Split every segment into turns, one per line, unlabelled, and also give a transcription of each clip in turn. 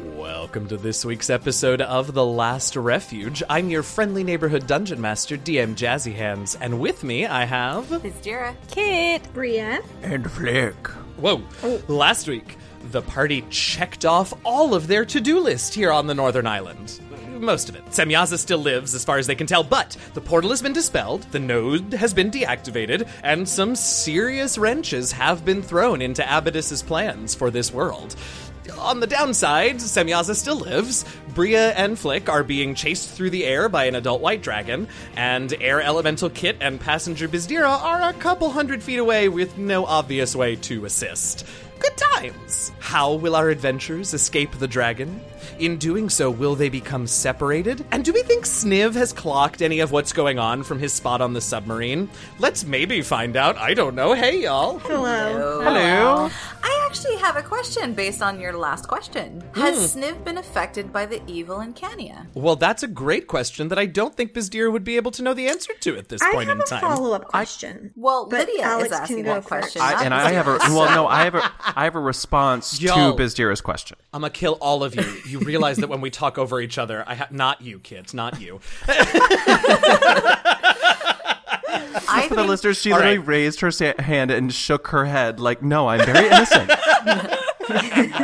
welcome to this week's episode of The Last Refuge. I'm your friendly neighborhood dungeon master, DM Jazzy Hands, and with me I have.
It's Jira.
Kit.
Bria.
And Flick.
Whoa! Last week, the party checked off all of their to do list here on the Northern Island. Most of it. Semyaza still lives, as far as they can tell, but the portal has been dispelled, the node has been deactivated, and some serious wrenches have been thrown into Abaddis's plans for this world. On the downside, Semyaza still lives. Bria and Flick are being chased through the air by an adult white dragon, and Air Elemental Kit and Passenger Bizdira are a couple hundred feet away with no obvious way to assist. Good times! How will our adventurers escape the dragon? In doing so, will they become separated? And do we think Sniv has clocked any of what's going on from his spot on the submarine? Let's maybe find out. I don't know. Hey, y'all.
Hello.
Hello.
I actually have a question based on your last question. Has
Hmm.
Sniv been affected by the evil in Cania?
Well, that's a great question that I don't think Bizdira would be able to know the answer to at this
I
point
have
in
a
time.
follow up question.
Well,
but
Lydia
Alex
is asking
can go
that question.
first.
not
I, and I
Lydia.
have a well, no, I have a I have a response
Yo.
to Bizdira's question.
I'm gonna kill all of you. You realize that when we talk over each other, I have not you, kids, not you.
I
For the
think-
listeners, she
All
literally
right.
raised her sa- hand and shook her head like, "No, I'm very innocent."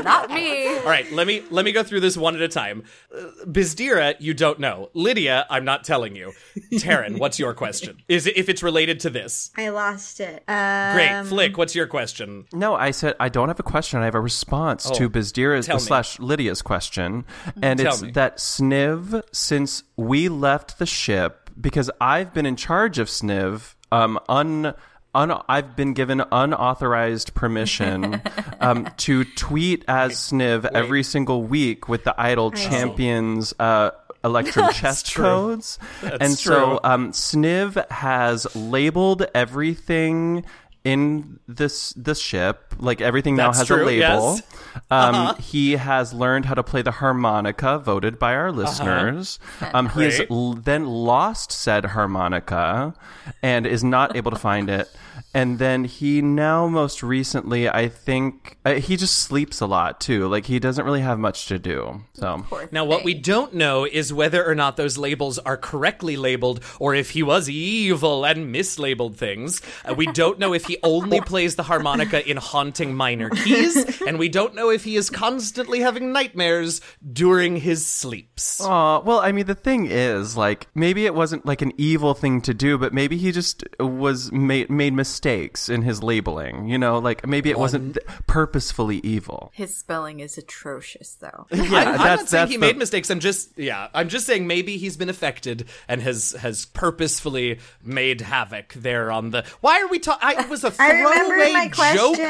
Not me.
All right, let me let me go through this one at a time. Uh, Bizdira, you don't know. Lydia, I'm not telling you. Taryn, what's your question? Is it if it's related to this?
I lost it. Uh,
Great, Flick, what's your question?
no, I said I don't have a question. I have a response to Bizdira's
Oh, tell me. Mm-hmm.
slash Lydia's question, and
Tell
it's
me.
that Sniv. Since we left the ship, because I've been in charge of Sniv, um, un. Un, I've been given unauthorized permission um, to tweet as Sniv every single week with the Idol Champions uh, Electrum chest
true.
codes, and
true.
so um, Sniv has labeled everything in this this ship. Like everything
That's
now has
true,
a label.
yes. Uh-huh.
Um, He has learned how to play the harmonica, voted by our listeners. Um, he has
Uh-huh. Great.
l- then lost said harmonica, and is not able to find it. And then he now most recently, I think, uh, he just sleeps a lot too. Like he doesn't really have much to do. So
Now, what we don't know is whether or not those labels are correctly labeled or if he was evil and mislabeled things. Uh, we don't know if he only plays the harmonica in haunting minor keys, and we don't know if he is constantly having nightmares during his sleeps.
Aw, Uh, well, I mean, the thing is, like, maybe it wasn't like an evil thing to do, but maybe he just was made made mistakes in his labeling. You know, like maybe it wasn't th- purposefully evil.
His spelling is atrocious, though.
Yeah,
I'm, I'm not saying he
the-
made mistakes. I'm just yeah. I'm just saying maybe he's been affected and has has purposefully made havoc there on the. Why are we talking? It was a
I remember
throwaway
my
joke
question.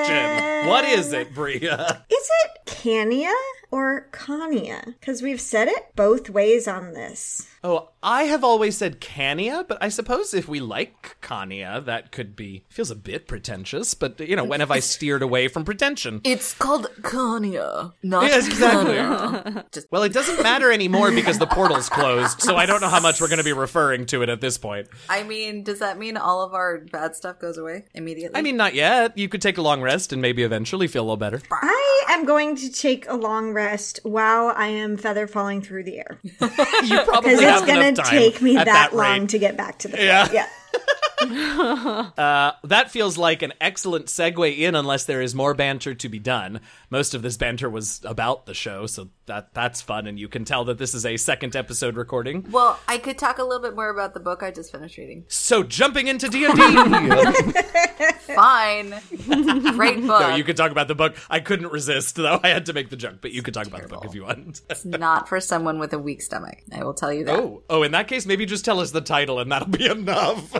question. What is it, Bria?
Is it Cania or Cania? Because we've said it both ways on this.
Oh, I have always said Cania, but I suppose if we like Cania, that could be feels a bit pretentious. But you know, when have I steered away from pretension?
It's called Kania, not
Yes, exactly.
Kania. Just
Well, it doesn't matter anymore because the portal's closed, so I don't know how much we're going to be referring to it at this point.
I mean, does that mean all of our bad stuff goes away immediately?
I mean, not yet. You could take a long rest and maybe eventually feel a little better.
I am going to take a long rest while I am feather falling through the air.
You probably
Because
have
it's going
enough
to
time
take me
at
that,
that,
long
rate.
to get back to the floor.
Yeah.
yeah.
That feels like an excellent segue in, unless there is more banter to be done. Most of this banter was about the show, so that that's fun, and you can tell that this is a second episode recording.
well, I could talk a little bit more about the book I just finished reading.
So jumping into D and D,
Fine, great book.
Eh. you could talk about the book. I couldn't resist, though I had to make the joke. But you could talk about the book if you want.
Not for someone with a weak stomach. I will tell you that.
oh, oh, in that case, maybe just tell us the title, and that'll be enough.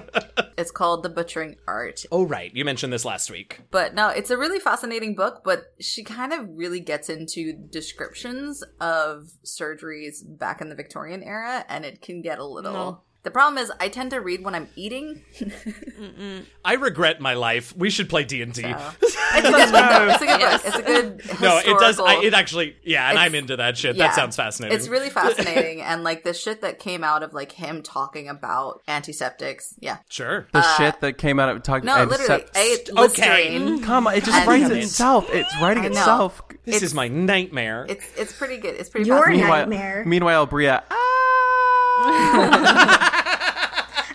It's called The Butchering Art.
oh, right, you mentioned this last week.
But no, it's a really fascinating book, but she kind of really gets into descriptions of surgeries back in the Victorian era, and it can get a little. The problem is, I tend to read when I'm eating.
I regret my life. We should play D and D.
It's a good book. It's a good book. It's a good.
No, it does.
historical-
I, it actually, yeah, and
It's-
I'm into that shit.
yeah.
That sounds fascinating.
It's really fascinating, and like the shit that came out of like him talking about antiseptics. Yeah,
sure.
the shit that came out of talking.
no,
and
literally,
sep-
a
okay.
Listerine.
come on, it just
And-
writes
Damn it.
itself. It's writing
I know.
itself.
This is my nightmare.
It's it's pretty good. It's pretty.
Your
fascinating.
Meanwhile,
nightmare.
meanwhile, Bria, ah,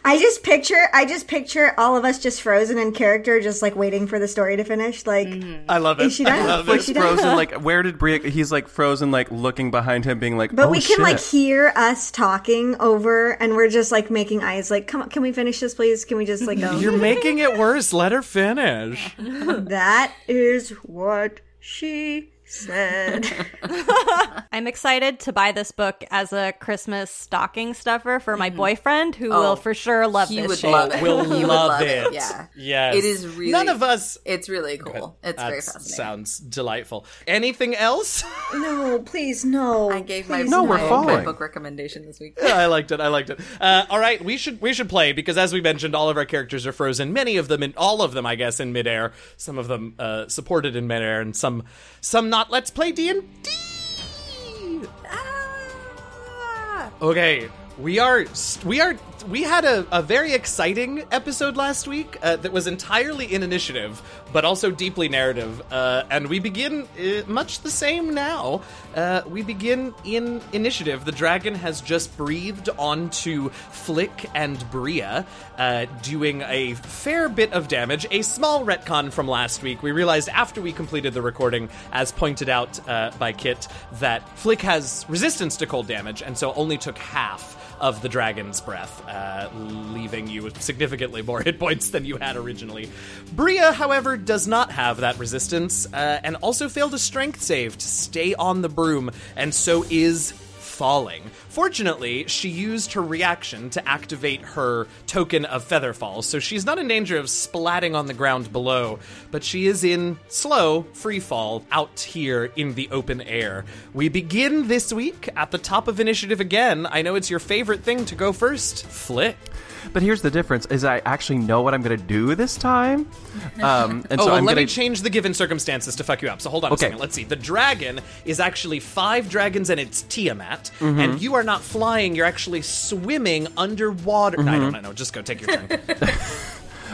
I just picture, I just picture all of us just frozen in character, just like waiting for the story to finish. Like,
I love it.
she
Mm-hmm. I
done?
love
Like,
it.
Netflix
she
frozen. Like, where did Bria? He's like frozen, like looking behind him, being like,
but
"Oh,
we can like
shit."
hear us talking over, and we're just like making eyes. Like, come on, can we finish this, please? Can we just like go?
You're making it worse. Let her finish.
that is what she said.
I'm excited to buy this book as a Christmas stocking stuffer for my boyfriend, who will for sure love
Mm-hmm. Oh, He
this
would
shit.
love it.
We'll
He would
love it.
Yeah.
Yes.
It is really.
None of us.
It's really cool. It's
that
very fascinating.
sounds delightful. Anything else?
no, please, no.
I gave my,
No, we're
my, my
following.
book recommendation this week.
I liked it. I liked it. Uh, all right, we should we should play because as we mentioned, all of our characters are frozen. Many of them, in all of them, I guess, in midair. Some of them uh, supported in midair, and some some not. Let's play D and D.
Ah!
Okay, we are st- we are we had a, a very exciting episode last week uh, that was entirely in initiative, but also deeply narrative. Uh, and we begin uh, much the same now. Uh, we begin in initiative. The dragon has just breathed onto Flick and Bria, uh, doing a fair bit of damage. A small retcon from last week. We realized after we completed the recording, as pointed out uh, by Kit, that Flick has resistance to cold damage, and so only took half of the dragon's breath, uh, leaving you with significantly more hit points than you had originally. Bria, however, does not have that resistance, uh, and also failed a strength save to stay on the broom, and so is falling. Fortunately, she used her reaction to activate her token of Featherfall, so she's not in danger of splatting on the ground below, but she is in slow free fall out here in the open air. We begin this week at the top of initiative again. I know it's your favorite thing to go first. Flick.
But here's the difference: is I actually know what I'm going to do this time. Um, and
Oh,
so
well,
I'm
let
going
me change the given circumstances to fuck you up. So hold on
Okay.
a second. Let's see. The dragon is actually five dragons and it's Tiamat, and you are not flying. You're actually swimming underwater. No, I don't know. Just go take your turn.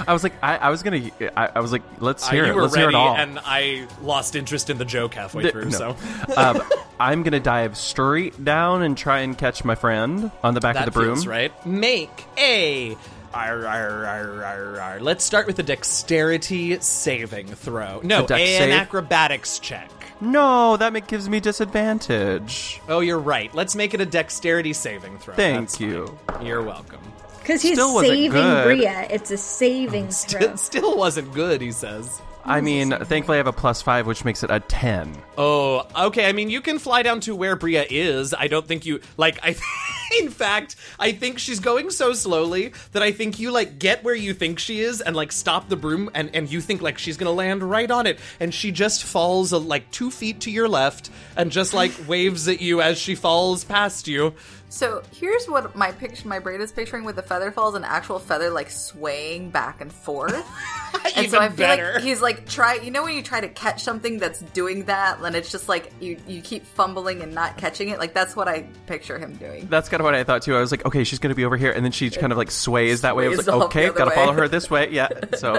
I was like, I, I was going to. I, I was like, let's hear
Uh, you
it.
were
Let's
ready,
hear it all.
and I lost interest in the joke halfway through.
No.
So
um, I'm going to dive straight down and try and catch my friend on the back
that
of the broom.
feels right. Make a. Arr, arr, arr, arr, arr. Let's start with a dexterity saving throw. No,
A dex
an
save?
acrobatics check.
No, that ma- gives me disadvantage.
Oh, you're right. Let's make it a dexterity saving throw.
Thank
That's
you.
fine. You're welcome.
Because he's
Still wasn't
saving
good.
Bria. It's a saving throw.
It still wasn't good, he says.
I mean, thankfully I have a plus five, which makes it a ten.
Oh, okay. I mean, you can fly down to where Bria is. I don't think you like. I, in fact, I think she's going so slowly that I think you like get where you think she is and like stop the broom and and you think like she's gonna land right on it and she just falls uh, like two feet to your left and just like waves at you as she falls past you.
So here's what my picture, my brain is picturing with the feather falls, an actual feather like swaying back and forth. and so
Even
I feel
better.
like he's like try, you know, when you try to catch something that's doing that, and it's just like you you keep fumbling and not catching it. Like that's what I picture him doing.
That's kind of what I thought too. I was like, okay, she's gonna be over here, and then she kind of like sways that way. I was
Sways
like,
all the
okay,
other
gotta
way.
follow her this way. Yeah. So,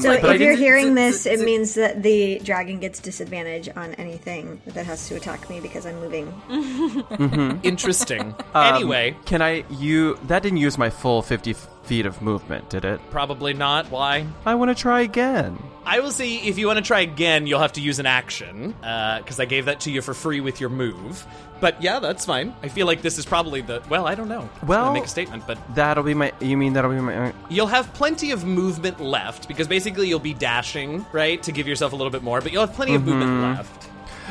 So
but I
if you're
didn't-
hearing this, it means that the dragon gets disadvantage on anything that has to attack me because I'm moving.
Interesting.
um,
anyway,
can I? You that didn't use my full fifty feet of movement, did it?
probably not. Why?
I want to try again.
I will say if you want to try again, you'll have to use an action because I gave that to you for free with your move. But yeah, that's fine. I feel like this is probably the well. I don't know. I'm gonna
Well-
make a statement, but
That'll be my. You mean that'll be my?
you'll have plenty of movement left because basically you'll be dashing right to give yourself a little bit more, but you'll have plenty of movement left.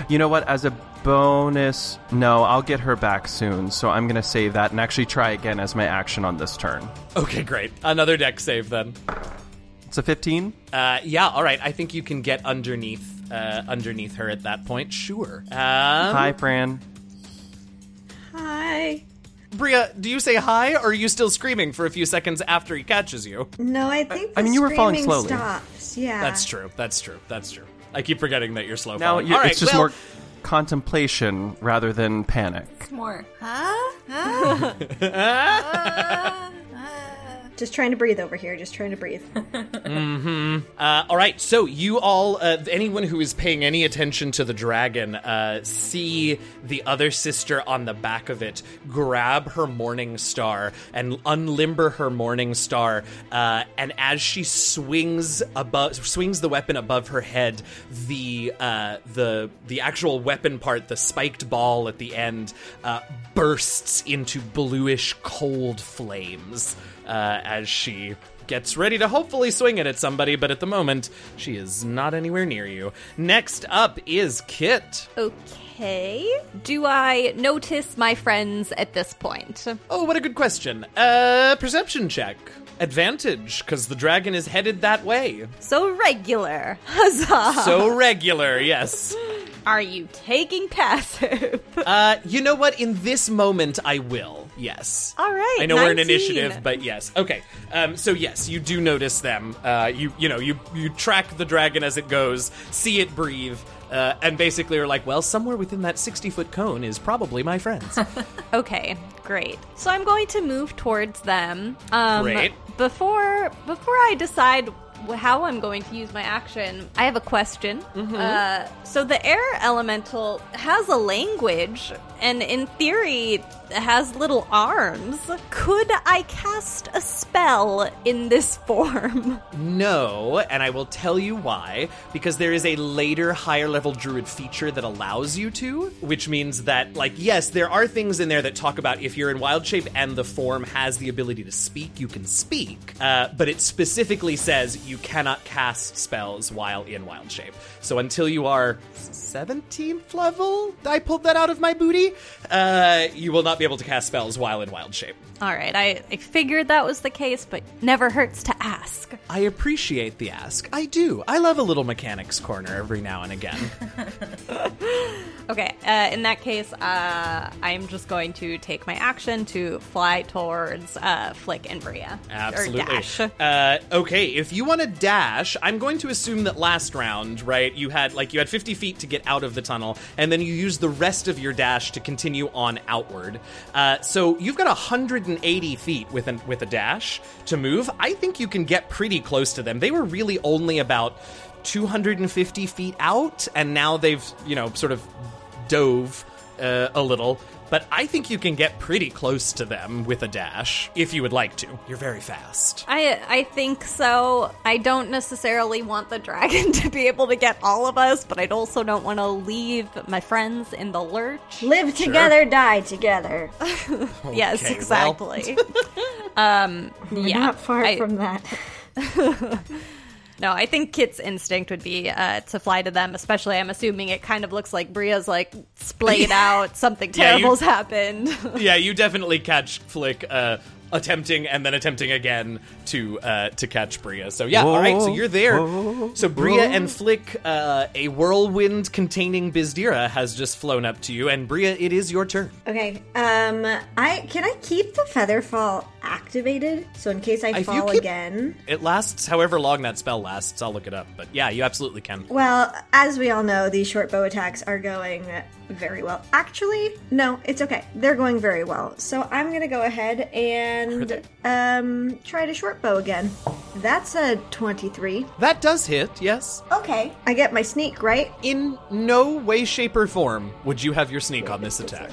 You know what? As a bonus, no, I'll get her back soon. So I'm gonna save that and actually try again as my action on this turn.
Okay, great. Another deck save then.
It's a fifteen.
Uh, yeah, all right. I think you can get underneath uh, underneath her at that point. Sure. Um,
Hi, Fran.
Hi.
Bria, do you say hi, or are you still screaming for a few seconds after he catches you?
No, I think the
I mean, you were falling
screaming
slowly.
stops. Yeah.
That's true. That's true. That's true. I keep forgetting that you're slow.
Now
falling.
you,
All right,
it's just
well,
more contemplation rather than panic.
More, huh? Huh? Uh, uh.
Just trying to breathe over here. Just trying to breathe.
Uh, all right, so you all, uh, anyone who is paying any attention to the dragon, uh, see the other sister on the back of it grab her morning star and unlimber her morning star, uh, and as she swings above, swings the weapon above her head, the uh, the the actual weapon part, the spiked ball at the end, uh, bursts into bluish cold flames uh, as she gets ready to hopefully swing it at somebody, but at the moment, she is not anywhere near you. Next up is Kit.
Okay. Do I notice my friends at this point?
Oh, what a good question. Uh, perception check. Advantage, because the dragon is headed that way.
So regular. Huzzah.
So regular, yes.
Are you taking passive?
Uh, you know what? In this moment, I will. Yes.
All right,
I know we're an
19.
initiative, but yes. Okay. Um, so yes, you do notice them. Uh, you you know you you track the dragon as it goes, see it breathe, uh, and basically are like, well, somewhere within that sixty foot cone is probably my friends.
Okay, great. So I'm going to move towards them. Um,
Great.
Before before I decide wh- how I'm going to use my action, I have a question. Uh, so the air elemental has a language, and in theory has little arms. Could I cast a spell in this form?
No, and I will tell you why. Because there is a later higher level druid feature that allows you to, which means that, like, yes, there are things in there that talk about if you're in wild shape and the form has the ability to speak, you can speak. Uh, but it specifically says you cannot cast spells while in wild shape. So until you are 17th level, I pulled that out of my booty, uh, you will not be able to cast spells while in wild shape.
All right, I, I figured that was the case, but never hurts to ask.
I appreciate the ask. I do. I love a little mechanics corner every now and again.
Okay, uh, in that case, uh, I'm just going to take my action to fly towards uh, Flick and Bria.
Absolutely.
Or dash.
Uh, okay, if you want to dash, I'm going to assume that last round, right? You had like you had 50 feet to get out of the tunnel, and then you used the rest of your dash to continue on outward. Uh, so you've got 180 feet with an with a dash to move. I think you can get pretty close to them. They were really only about 250 feet out, and now they've you know sort of dove uh, a little. But I think you can get pretty close to them with a dash if you would like to. You're very fast.
I, I think so. I don't necessarily want the dragon to be able to get all of us, but I also don't want to leave my friends in the lurch.
Live together, die together.
yes,
Okay, well.
exactly. um, yeah.
Not far
I-
from that.
No, I think Kit's instinct would be uh, to fly to them, especially I'm assuming it kind of looks like Bria's like splayed out, something
Yeah, you-
terrible's happened.
yeah, you definitely catch Flick uh, attempting and then attempting again to uh, to catch Bria. So yeah,
Whoa,
all right, so you're there.
whoa,
so Bria
whoa.
and Flick, uh, a whirlwind containing Bizdira has just flown up to you, and Bria, it is your turn.
Okay. Um. I can I keep the feather fall activated so in case I
If you
fall
keep-
again.
It lasts however long that spell lasts. I'll look it up, but yeah, you absolutely can.
Well, as we all know, these short bow attacks are going very well. Actually, no, it's okay. They're going very well. So I'm gonna go ahead and um try to short bow again. That's a twenty-three.
That does hit, yes.
Okay. I get my sneak right.
In no way, shape, or form would you have your sneak on this attack.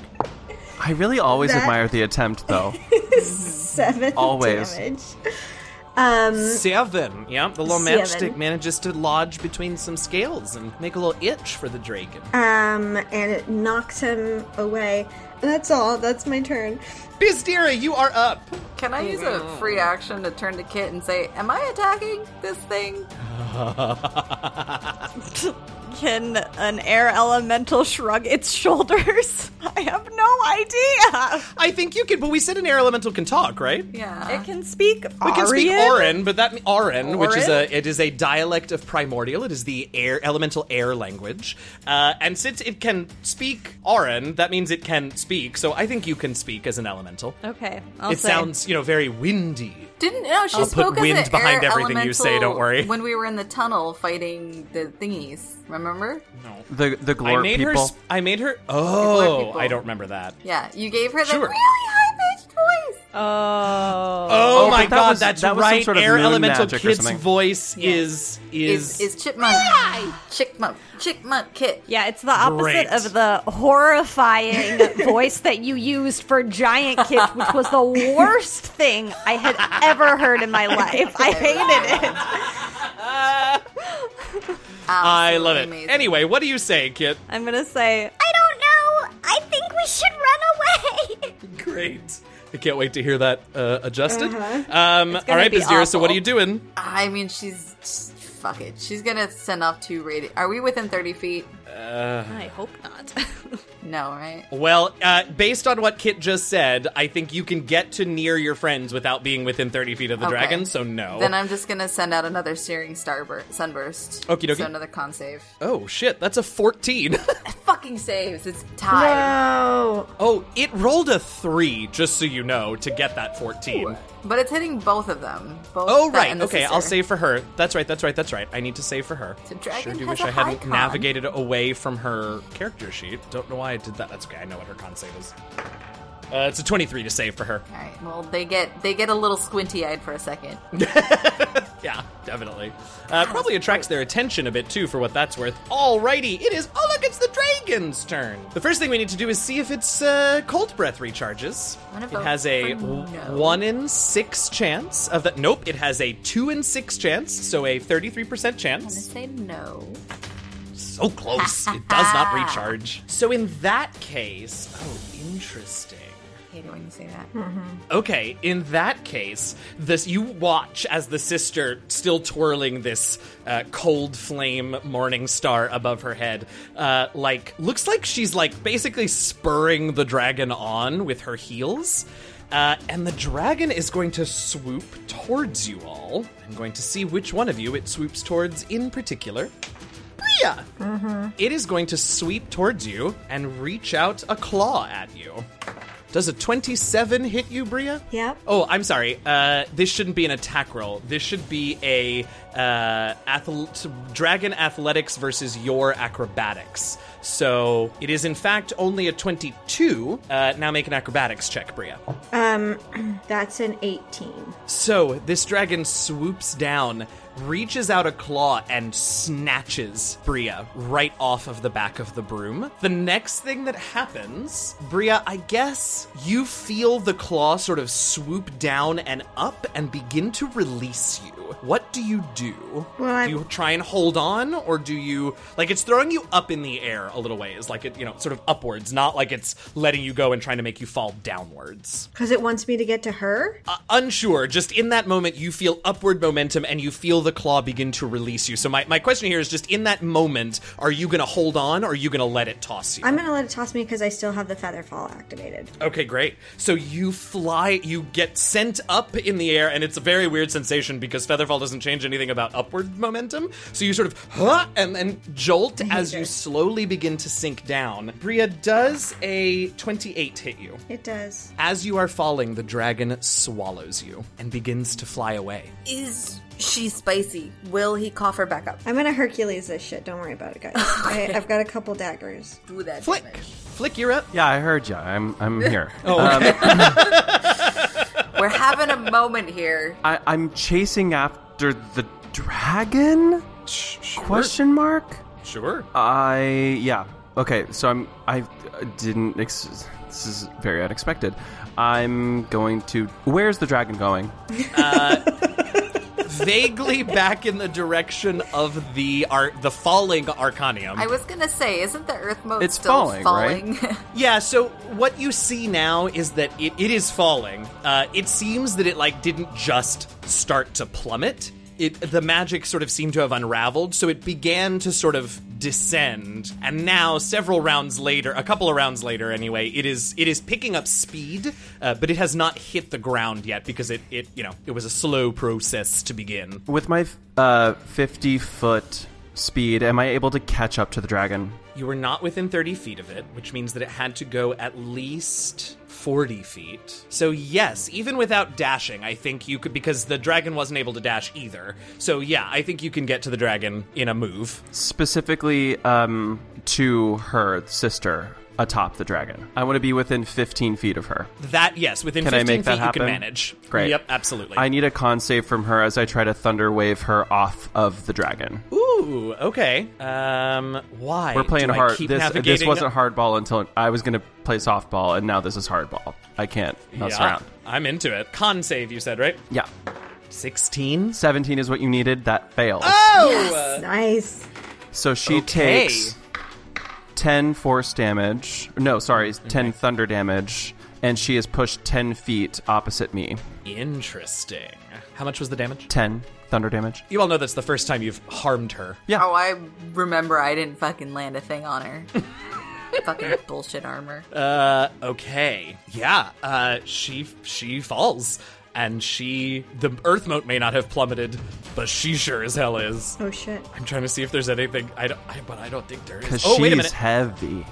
I really always
That-
admire the attempt, though.
Seven
Always.
damage. Um.
Seven. Yeah, the little matchstick
Seven.
manages to lodge between some scales and make a little itch for the dragon.
Um. And it knocks him away. That's all. That's my turn.
Bizdira, you are up.
Can I use a free action to turn to Kit and say, Am I attacking this thing?
Can an air elemental shrug its shoulders? I have no idea.
I think you can, but we said an air elemental can talk, right?
Yeah.
It can speak.
We can speak Auran, but that Auran, which is
Auran?
a it is a dialect of Primordial. It is the air elemental air language, uh, and since it can speak Auran, that means it can speak. So I think you can speak as an elemental.
Okay, I'll
it
say.
sounds you know very windy.
Didn't no, she
I'll put
spoke as
wind
an
behind
air
everything you say,
elemental
don't worry.
When we were in the tunnel fighting the thingies, remember?
The the
I
glorp
made
people.
her. sp- I made her. Oh,
people.
I don't remember that.
Yeah, you gave her the
Sure.
really high pitched voice.
Oh.
Oh,
Oh,
my
but that
god,
was-
that's
that was some
right.
sort of
Air
moon
Elemental
magic or
Kid's
something.
voice is
Is
is
is chipmunk? Chickmunk, chickmunk kit.
Yeah, it's the opposite
Great.
of the horrifying voice that you used for Giant Kid, which was the worst thing I had ever heard in my life. I hated it.
I love it.
Amazing.
Anyway, what do you say, Kit?
I'm going to say,
I don't know. I think we should run away.
Great. I can't wait to hear that uh, adjusted.
Uh-huh.
Um, all right,
be
Bazira, so what are
awful.
you doing?
I mean, she's just- fuck it. She's gonna send off two radio. Are we within thirty feet?
I hope not.
No, right?
Well, uh, based on what Kit just said, I think you can get to near your friends without being within 30 feet of the
Okay.
dragon, so no.
Then I'm just gonna send out another searing starburst, sunburst.
Okie dokie.
So another con save.
oh, shit, that's a 14.
Fucking saves. It's tied.
No.
oh, it rolled a 3, just so you know, to get that 14.
But it's hitting both of them. Both
Oh,
that
right,
and the
okay,
sister.
I'll save for her. That's right, that's right, that's right. I need to save for her.
The dragon
sure do
has
wish
a
I
high
hadn't
con.
navigated away from her character sheet. Don't know why I did that. That's okay, I know what her con save is. Uh, it's a 23 to save for her.
All right. Well, they get they get a little squinty-eyed for a second.
Yeah, definitely. Uh, probably attracts their attention a bit too, for what that's worth. Alrighty, it is. Oh look, it's the dragon's turn. The first thing we need to do is see if its uh, cold breath recharges.
I'm gonna
It
vote
has a
for
w-
no.
one in six chance of that. Nope, it has a two in six chance, so a thirty-three percent
I'm gonna
chance.
say no.
So close. it does not recharge. So in that case, oh, interesting.
hate it when you say that.
Okay, in that case, this you watch as the sister, still twirling this uh, cold flame morning star above her head, uh, like looks like she's like basically spurring the dragon on with her heels, uh, and the dragon is going to swoop towards you all. I'm going to see which one of you it swoops towards in particular. Bria, It is going to sweep towards you and reach out a claw at you. Does a 27 hit you, Bria?
Yep.
Oh, I'm sorry. Uh, this shouldn't be an attack roll. This should be a uh, athl- dragon athletics versus your acrobatics. So it is, in fact, only a 22. Uh, now make an acrobatics check, Bria.
That's an 18.
So this dragon swoops down, reaches out a claw, and snatches Bria right off of the back of the broom. The next thing that happens, Bria, I guess you feel the claw sort of swoop down and up and begin to release you. What do you do?
Well, I-
do you try and hold on, or do you like it's throwing you up in the air a little ways, like it you know sort of upwards, not like it's letting you go and trying to make you fall downwards
Because it wants me to get to her?
Uh, unsure just in that moment you feel upward momentum and you feel the claw begin to release you so my, my question here is just in that moment are you gonna hold on or are you gonna let it toss you
I'm going to let it toss me because I still have the feather fall activated.
okay great so you fly you get sent up in the air and it's a very weird sensation because featherfall doesn't change anything about upward momentum so you sort of huh and then jolt as you slowly begin to sink down bria does a 28 hit you
It does.
as you are falling the dragon swallows you and begins to fly away
Is she spicy? Will he cough her back up?
I'm going to Hercules this shit. Don't worry about it, guys. I, I've got a couple daggers.
Do that.
Flick.
damage.
Flick, you're up.
Yeah, I heard ya. I'm I'm here.
Oh.
We're having a moment here.
I, I'm chasing after the dragon? Question mark?
Sure.
I yeah. Okay, so I'm I uh, didn't ex- this is very unexpected. I'm going to Where's the dragon going?
Vaguely back in the direction of the ar- the falling Arcanium.
I was gonna say, isn't the Earth mode
It's
still
falling, right?
yeah, so what you see now is that it, it is falling. Uh, it seems that it like didn't just start to plummet. It the magic sort of seemed to have unraveled, so it began to sort of descend. And now several rounds later, a couple of rounds later anyway, it is it is picking up speed, uh, but it has not hit the ground yet because it it you know, it was a slow process to begin.
With my uh 50 foot speed, am I able to catch up to the dragon?
You were not within 30 feet of it, which means that it had to go at least 40 feet. So, yes, even without dashing, I think you could, because the dragon wasn't able to dash either. So, yeah, I think you can get to the dragon in a move.
Specifically um to her sister. atop the dragon. I want to be within 15 feet of her.
That yes, within
Can I
15 feet
make that
you can
happen?
manage.
Great.
Yep, absolutely.
I need a con save from her as I try to thunder wave her off of the dragon.
Ooh, okay. Um, why?
We're playing
do I
hard.
keep
This
navigating-
this wasn't hardball until I was going to play softball, and now this is hardball. I can't mess
Yeah,
around.
I'm into it. Con save, you said, right?
Yeah,
16?
17 is what you needed. That fails.
Oh!
Nice.
So she
Okay.
takes 10 force damage. No, sorry, 10 thunder damage, and she is pushed 10 feet opposite me.
Interesting. How much was the damage?
10 thunder damage.
You all know that's the first time you've harmed her.
Yeah.
Oh, I remember I didn't fucking land a thing on her. fucking bullshit armor.
Uh, okay. Yeah. Uh, she she falls, and she the earth moat may not have plummeted, but she sure as hell is.
Oh shit.
I'm trying to see if there's anything. I don't. I, but I don't think there is.
Because
Oh,
she's
wait a minute.
heavy.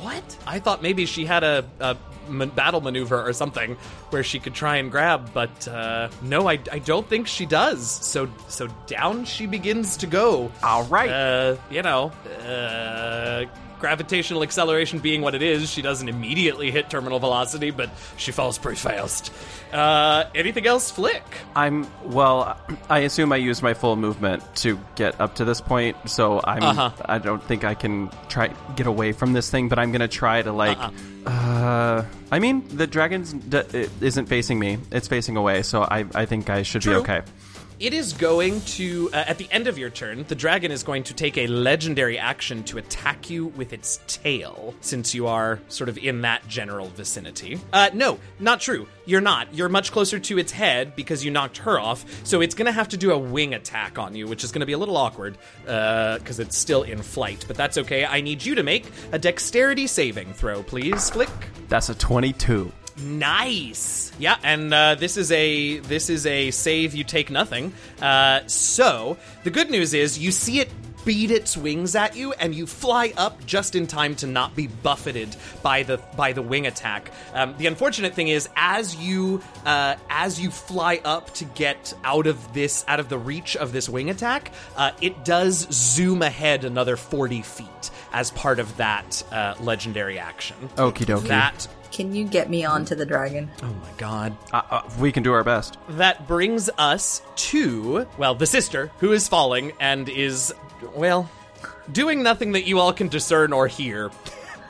What? I thought maybe she had a, a ma- battle maneuver or something where she could try and grab, but uh, no, I, I don't think she does. So so down she begins to go.
All right.
Uh, you know, uh, gravitational acceleration being what it is, she doesn't immediately hit terminal velocity, but she falls pretty fast. Uh, anything else, Flick?
I'm well. I assume I used my full movement to get up to this point, so I'm.
Uh-huh.
I don't think I can try get away from this thing, but I'm gonna try to like. uh
Uh-huh.
I mean, the dragon's d- it isn't facing me; it's facing away, so I I think I should be
True.
okay.
It is going to, uh, at the end of your turn, the dragon is going to take a legendary action to attack you with its tail, since you are sort of in that general vicinity. Uh, no, not true. You're not. You're much closer to its head because you knocked her off, so it's going to have to do a wing attack on you, which is going to be a little awkward because it's still in flight, but that's okay. I need you to make a dexterity saving throw, please, Flick.
That's a twenty-two.
Nice. Yeah, and uh, this is a this is a save. You take nothing. Uh, so the good news is you see it beat its wings at you, and you fly up just in time to not be buffeted by the by the wing attack. Um, the unfortunate thing is, as you uh, as you fly up to get out of this out of the reach of this wing attack, uh, it does zoom ahead another forty feet as part of that uh, legendary action.
Okie dokie.
That
Can you get me onto the dragon?
Oh my god.
Uh, uh, we can do our best.
That brings us to, well, the sister who is falling and is, well, doing nothing that you all can discern or hear.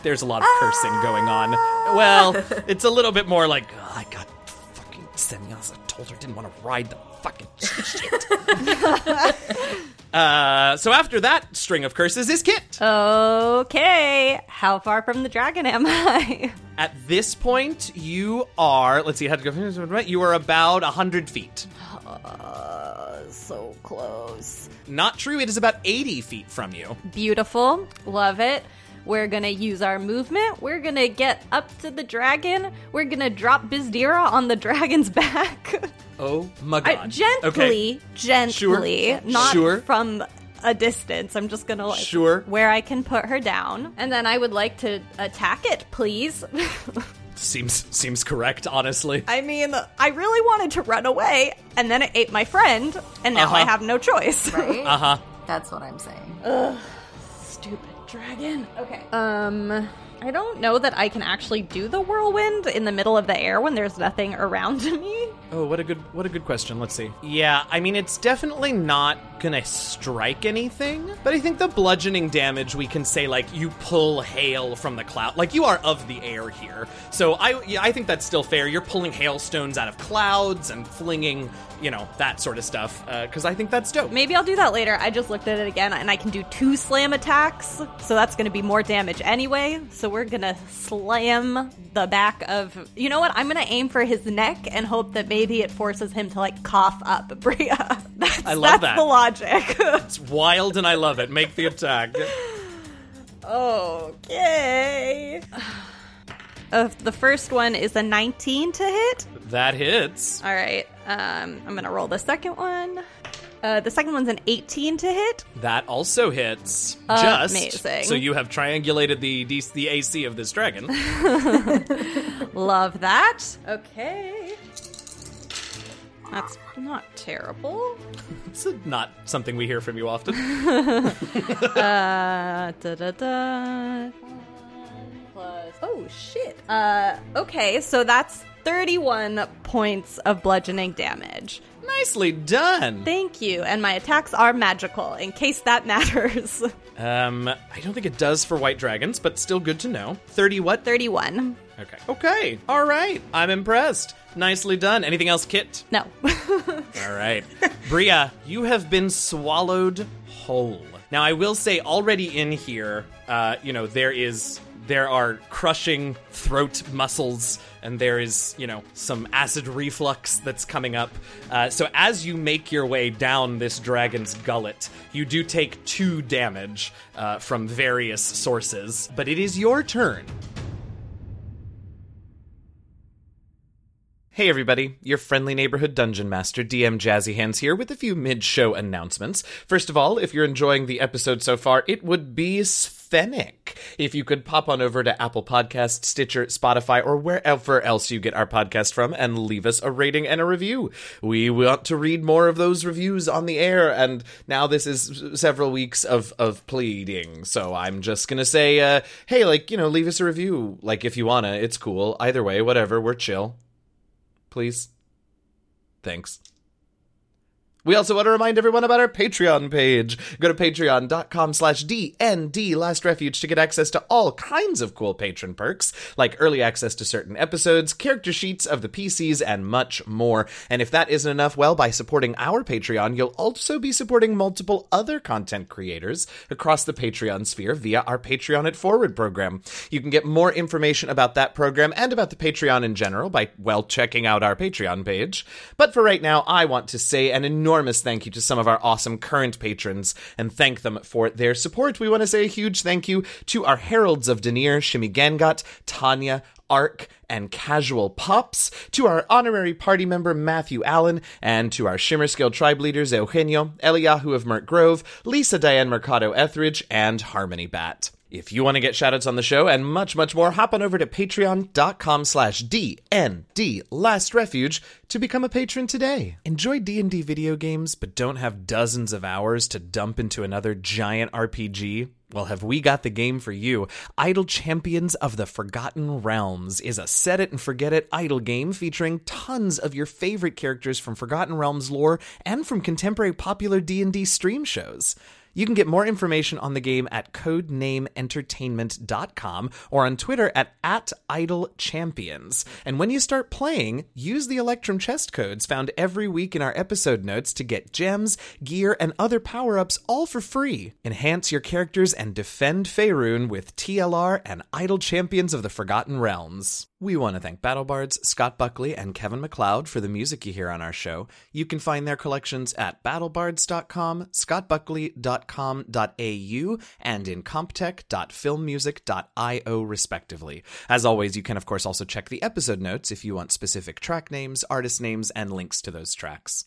There's a lot of cursing going on. Well, it's a little bit more like, "Ugh, I got fucking Semyasa told her didn't want to ride the fucking shit. uh, so after that string of curses is Kit.
Uh. Okay, how far from the dragon am I?
At this point, you are, let's see, I had to go, you are about 100 feet. Uh,
so close.
Not true. It is about 80 feet from you.
Beautiful. Love it. We're gonna use our movement. We're gonna get up to the dragon. We're gonna drop Bizdira on the dragon's back.
Oh my
I-
god.
gently,
Okay.
gently,
Sure.
not
Sure.
from a distance. I'm just gonna like
Sure.
where I can put her down, and then I would like to attack it, please.
Seems seems correct, honestly.
I mean, I really wanted to run away, and then it ate my friend, and now I
Uh-huh.
have no choice.
Right?
Uh-huh.
That's what I'm saying.
Stupid dragon. Okay. Um, I don't know that I can actually do the whirlwind in the middle of the air when there's nothing around me.
Oh, what a good what a good question. Let's see. Yeah, I mean it's definitely not going to strike anything, but I think the bludgeoning damage we can say like you pull hail from the cloud. Like you are of the air here. So I yeah, I think that's still fair. You're pulling hailstones out of clouds and flinging, you know, that sort of stuff uh, cuz I think that's dope.
Maybe I'll do that later. I just looked at it again, and I can do two slam attacks, so that's going to be more damage anyway. So we're gonna slam the back of. You know what? I'm gonna aim for his neck and hope that maybe it forces him to like cough up Bria. That's,
I love
that's
that.
the logic.
It's wild and I love it. Make the attack.
Okay. Uh, the first one is a 19 to hit.
that hits.
All right. Um, I'm going to roll the second one. Uh, the second one's an 18 to hit.
That also hits.
Amazing.
Just so you have triangulated the D- the AC of this dragon.
Love that. Okay. That's not terrible.
it's not something we hear from you often.
Uh, da, da, da. those. Oh shit. Uh, okay, so that's 31 points of bludgeoning damage.
Nicely done.
Thank you. And my attacks are magical, in case that matters.
Um, I don't think it does for white dragons, but still good to know. 30 what?
31.
Okay. Okay. All right. I'm impressed. Nicely done. Anything else, Kit?
No.
All right. Bria, you have been swallowed whole. Now, I will say already in here, uh, you know, there is. There are crushing throat muscles, and there is, you know, some acid reflux that's coming up. Uh, so, as you make your way down this dragon's gullet, you do take two damage uh, from various sources, but it is your turn. Hey everybody, your friendly neighborhood dungeon master DM Jazzy Hands here with a few mid-show announcements. First of all, if you're enjoying the episode so far, it would be Fennec. If you could pop on over to Apple Podcasts, Stitcher, Spotify, or wherever else you get our podcast from and leave us a rating and a review. We want to read more of those reviews on the air, and now this is several weeks of, of pleading. So I'm just gonna say, uh, hey, like, you know, leave us a review. Like, if you wanna, it's cool. Either way, whatever, we're chill please. Thanks. We also want to remind everyone about our Patreon page. Go to patreon.com slash DND Last Refuge to get access to all kinds of cool patron perks, like early access to certain episodes, character sheets of the PCs, and much more. And if that isn't enough, well, by supporting our Patreon, you'll also be supporting multiple other content creators across the Patreon sphere via our Patreon at Forward program. You can get more information about that program and about the Patreon in general by, well, checking out our Patreon page. But for right now, I want to say an enormous enormous thank you to some of our awesome current patrons and thank them for their support. We want to say a huge thank you to our Heralds of Denier, Shimi Gangot, Tanya, Ark, and Casual Pops, to our honorary party member Matthew Allen, and to our Shimmer Scale tribe leaders Eugenio, Eliyahu of Mert Grove, Lisa Diane Mercado Etheridge, and Harmony Bat. If you want to get shoutouts on the show and much, much more, hop on over to patreon.com slash DND Last Refuge to become a patron today. Enjoy D&D video games, but don't have dozens of hours to dump into another giant RPG? Well, have we got the game for you? Idle Champions of the Forgotten Realms is a set it and forget it idle game featuring tons of your favorite characters from Forgotten Realms lore and from contemporary popular D&D stream shows. You can get more information on the game at codenameentertainment.com or on Twitter at, at idlechampions. And when you start playing, use the Electrum chest codes found every week in our episode notes to get gems, gear, and other power ups all for free. Enhance your characters and defend Faerun with TLR and Idle Champions of the Forgotten Realms. We want to thank BattleBards, Scott Buckley, and Kevin McLeod for the music you hear on our show. You can find their collections at battlebards.com, scottbuckley.com.au, and in comptech.filmmusic.io, respectively. As always, you can, of course, also check the episode notes if you want specific track names, artist names, and links to those tracks.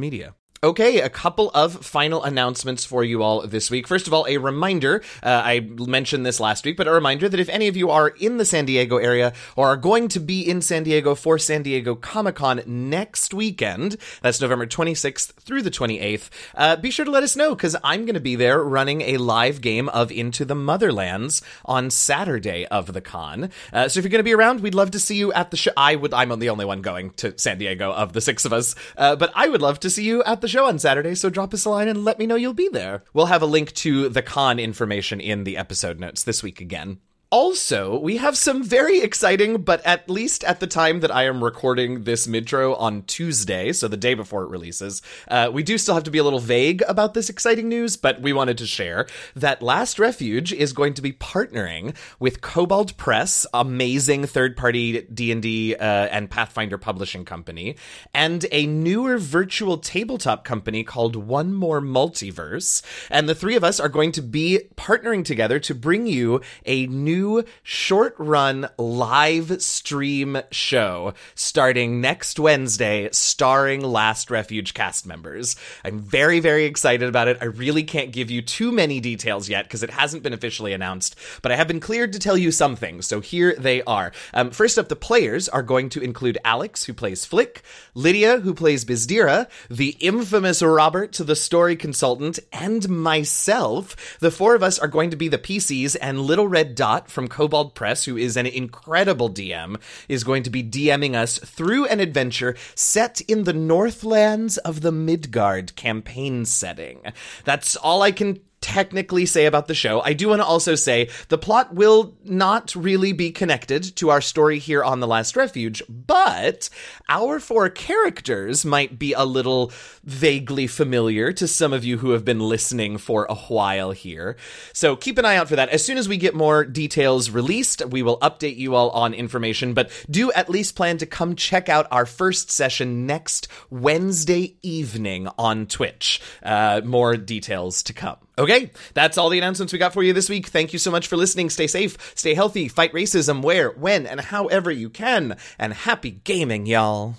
media. Okay, a couple of final announcements for you all this week. First of all, a reminder uh, I mentioned this last week, but a reminder that if any of you are in the San Diego area or are going to be in San Diego for San Diego Comic Con next weekend, that's November 26th through the 28th, uh, be sure to let us know because I'm going to be there running a live game of Into the Motherlands on Saturday of the con. Uh, so if you're going to be around, we'd love to see Uh, you at the show. I would, I'm the only one going to San Diego of the six of us, but I would love to see you at the show on Saturday, so drop us a line and let me know you'll be there. We'll have a link to the con information in the episode notes this week again. Also, we have some very exciting, but at least at the time that I am recording this midtro on Tuesday, so the day before it releases, uh, we do still have to be a little vague about this exciting news, but we wanted to share that Last Refuge is going to be partnering with Cobalt Press, amazing third-party D&D uh, and Pathfinder publishing company, and a newer virtual tabletop company called One More Multiverse. And the three of us are going to be partnering together to bring you a new short run live stream show starting next Wednesday, starring Last Refuge cast members. I'm very, very excited about it. I really can't give you too many details yet because it hasn't been officially announced, but I have been cleared to tell you some things. So here they are. Um, first up, the players are going to include Alex, who plays Flick, Lydia, who plays Bizdira, the infamous Robert, the story consultant, and myself. The four of us are going to be the PCs, and Little Red Dot from Cobalt Press, who is an incredible DM, is going to be DMing us through an adventure set in the Northlands of the Midgard campaign setting. That's all I can technically say about the show. I do want to also say the plot will not really be connected to our story here on The Last Refuge, but our four characters might be a little vaguely familiar to some of you who have been listening for a while here. So keep an eye out for that. As soon as we get more details released, we will update you all on information, but do at least plan to come check out our first session next Wednesday evening on Twitch. Uh, more details to come. Okay, that's all the announcements we got for you this week. Thank you so much for listening. Stay safe, stay healthy, fight racism where, when, and however you can. And happy gaming, y'all.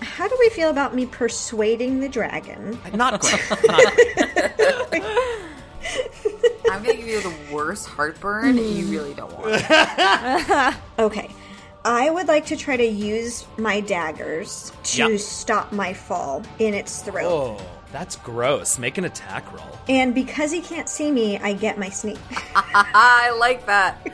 How do we feel about me persuading the dragon?
Not great.
I'm gonna give you the worst heartburn you really don't want.
Okay. I would like to try to use my daggers to
Yeah.
stop my fall in its throat.
oh, that's gross. Make an attack roll.
And because he can't see me, I get my sneak.
I like that.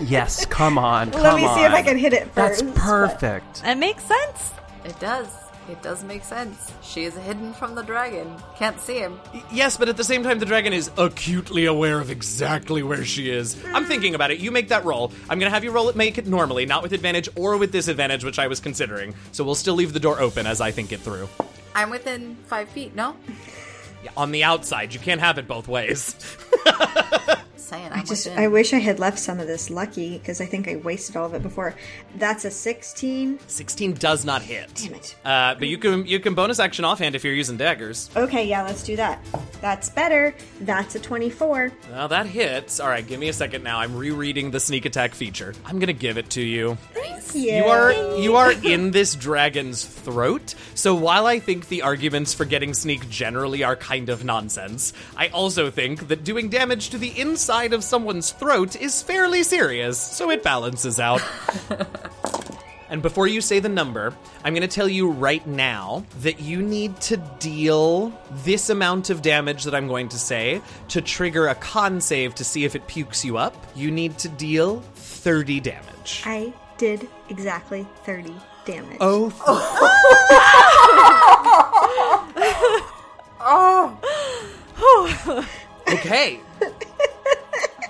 Yes, come on.
Let
come
me see if I
on.
can hit it
That's
first.
perfect.
That makes sense.
It does. It does make sense. She is hidden from the dragon. Can't see him.
Yes, but at the same time, the dragon is acutely aware of exactly where she is. I'm thinking about it. You make that roll. I'm going to have you roll it, make it normally, not with advantage or with disadvantage, which I was considering. So we'll still leave the door open as I think it through.
I'm within five feet. No,
Yeah, on the outside, you can't have it both ways.
saying I'm
Just,
within.
I wish I had left some of this lucky because I think I wasted all of it before. That's a 16.
16 does not hit.
Damn it.
Uh, but you can you can bonus action offhand if you're using daggers.
Okay, yeah, let's do that. That's better. That's a 24.
Well, that hits. All right, give me a second now. I'm rereading the sneak attack feature. I'm gonna give it to you. You are you are in this dragon's throat. So while I think the arguments for getting sneak generally are kind of nonsense, I also think that doing damage to the inside of someone's throat is fairly serious. So it balances out. And before you say the number, I'm going to tell you right now that you need to deal this amount of damage that I'm going to say to trigger a con save to see if it pukes you up. You need to deal 30 damage.
I did exactly 30 damage.
Oh, Oh. okay.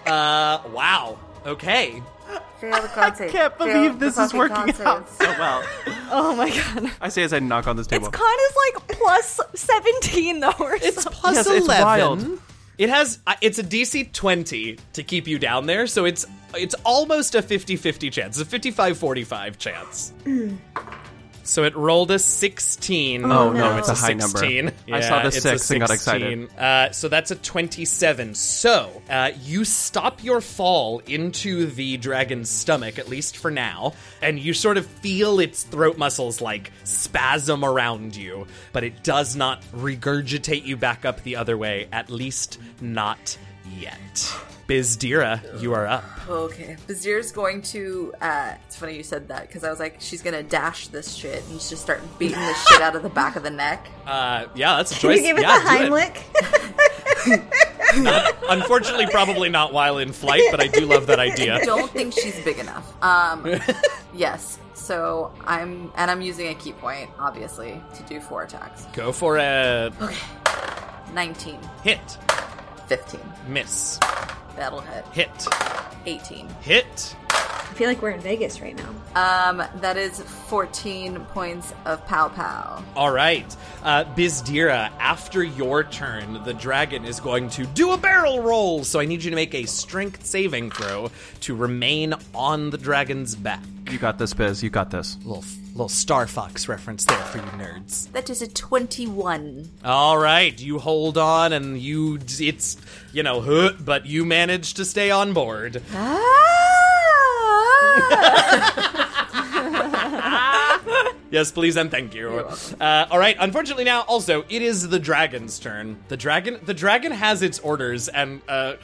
Uh, wow. Okay.
I
can't believe this is working out so well.
Oh my god.
I say as I knock on this
Its
table.
con is like plus 17 though or
It's
something.
plus
Yes, it's
11.
wild.
It has uh, it's a DC 20 to keep you down there, so it's it's almost a 50-50 chance. It's a 55-45 chance. So it rolled a 16.
Oh, no, it's a
It's
high number.
16.
I saw
Yeah,
the
it's a
six and got excited.
16. Uh, so that's a 27. So uh, you stop your fall into the dragon's stomach, at least for now, and you sort of feel its throat muscles like spasm around you, but it does not regurgitate you back up the other way, at least not yet. Bizdira, you are up.
Okay. Bazir's going to. Uh, it's funny you said that because I was like, she's gonna dash this shit and just start beating the shit out of the back of the neck.
Uh, yeah, that's a
Did
choice.
you give it
yeah,
the
do it.
Heimlich?
Unfortunately, probably not while in flight, but I do love that idea.
Don't think she's big enough. Um, yes. So I'm and I'm using a key point, obviously, to do four attacks.
Go for a
19,
hit,
15.
miss,
That'll hit.
hit,
18.
hit.
I feel like we're in Vegas right now.
Um, that is 14 points of pow pow.
All right, uh, Bizdira. After your turn, the dragon is going to do a barrel roll. So I need you to make a strength saving throw to remain on the dragon's back.
You got this, Biz. You got this.
Little little Star Fox reference there for you nerds.
That is a 21.
All right, you hold on, and you it's you know, huh, but you manage to stay on board.
Ah!
Yes, please and thank you. Uh, all right. Unfortunately, now also it is the dragon's turn. The dragon, the dragon has its orders, and uh,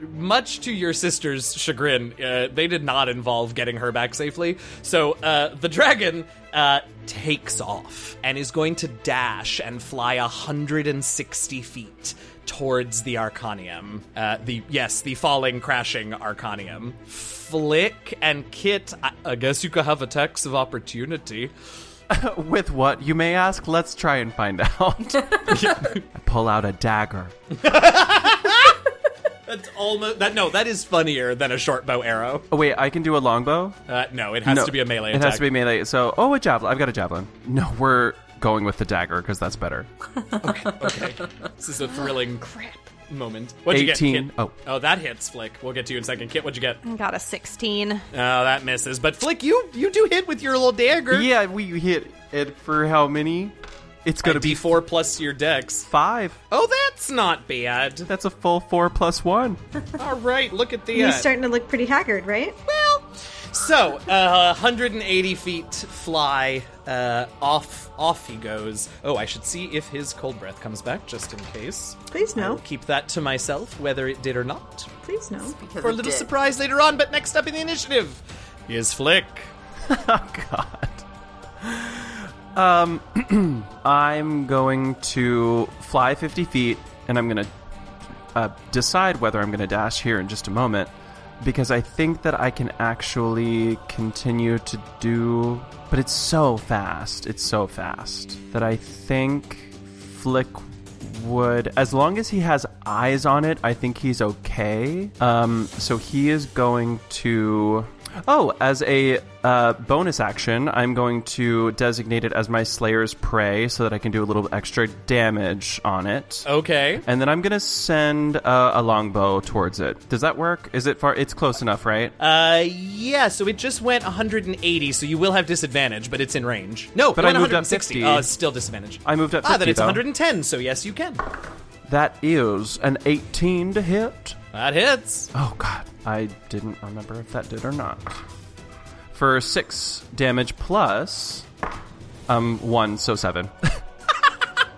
much to your sister's chagrin, uh, they did not involve getting her back safely. So uh, the dragon uh, takes off and is going to dash and fly 160 feet towards the Arcanium. Uh, the yes, the falling, crashing Arcanium. Flick and Kit, I, I guess you could have attacks of opportunity.
With what, you may ask? Let's try and find out. I pull out a dagger.
That's almost that. No, that is funnier than a short bow arrow.
Oh, wait, I can do a longbow?
Uh, no, it has
No,
to be a melee.
It
attack.
has to be melee. So, oh, a javelin. I've got a javelin. No, we're going with the dagger because that's better.
Okay, this is a thrilling Oh, crap moment. What'd you get?
18.
Kit?
Oh.
oh, that hits Flick. We'll get to you in a second. Kit, what'd you get? Oh,
Got a 16.
that misses. But Flick, you you do hit with your little dagger.
Yeah, we hit it for how many? It's going to
D
be
four plus your dex.
five.
Oh, that's not bad.
That's a full four plus one.
All right, look at the.
He's
uh,
starting to look pretty haggard, right?
Well, so uh, 180 feet fly uh, off. Off he goes. Oh, I should see if his cold breath comes back, just in case.
Please
I
no.
will keep that to myself, whether it did or not,
Please no.
Because
for a
it
little
did.
surprise later on. But next up in the initiative is Flick.
Oh God. Um, I'm going to fly 50 feet, and I'm going to uh, decide whether I'm going to dash here in just a moment, because I think that I can actually continue to do. But it's so fast. It's so fast that I think Flick would, as long as he has eyes on it, I think he's okay. Um, so he is going to. Oh, as a uh, bonus action, I'm going to designate it as my Slayer's Prey so that I can do a little extra damage on it.
Okay.
And then I'm gonna send uh, a longbow towards it. Does that work? Is it far? It's close enough, right?
Uh, yeah. So it just went 180, so you will have disadvantage, but it's in range. No,
But
it went
I moved up
160.
50.
Oh, it's still disadvantage.
I moved up
ah, then
50,
it's
though.
110. So yes, you can.
that is an 18 to hit.
That hits.
Oh god, I didn't remember if that did or not. For six damage plus, um, one, so seven.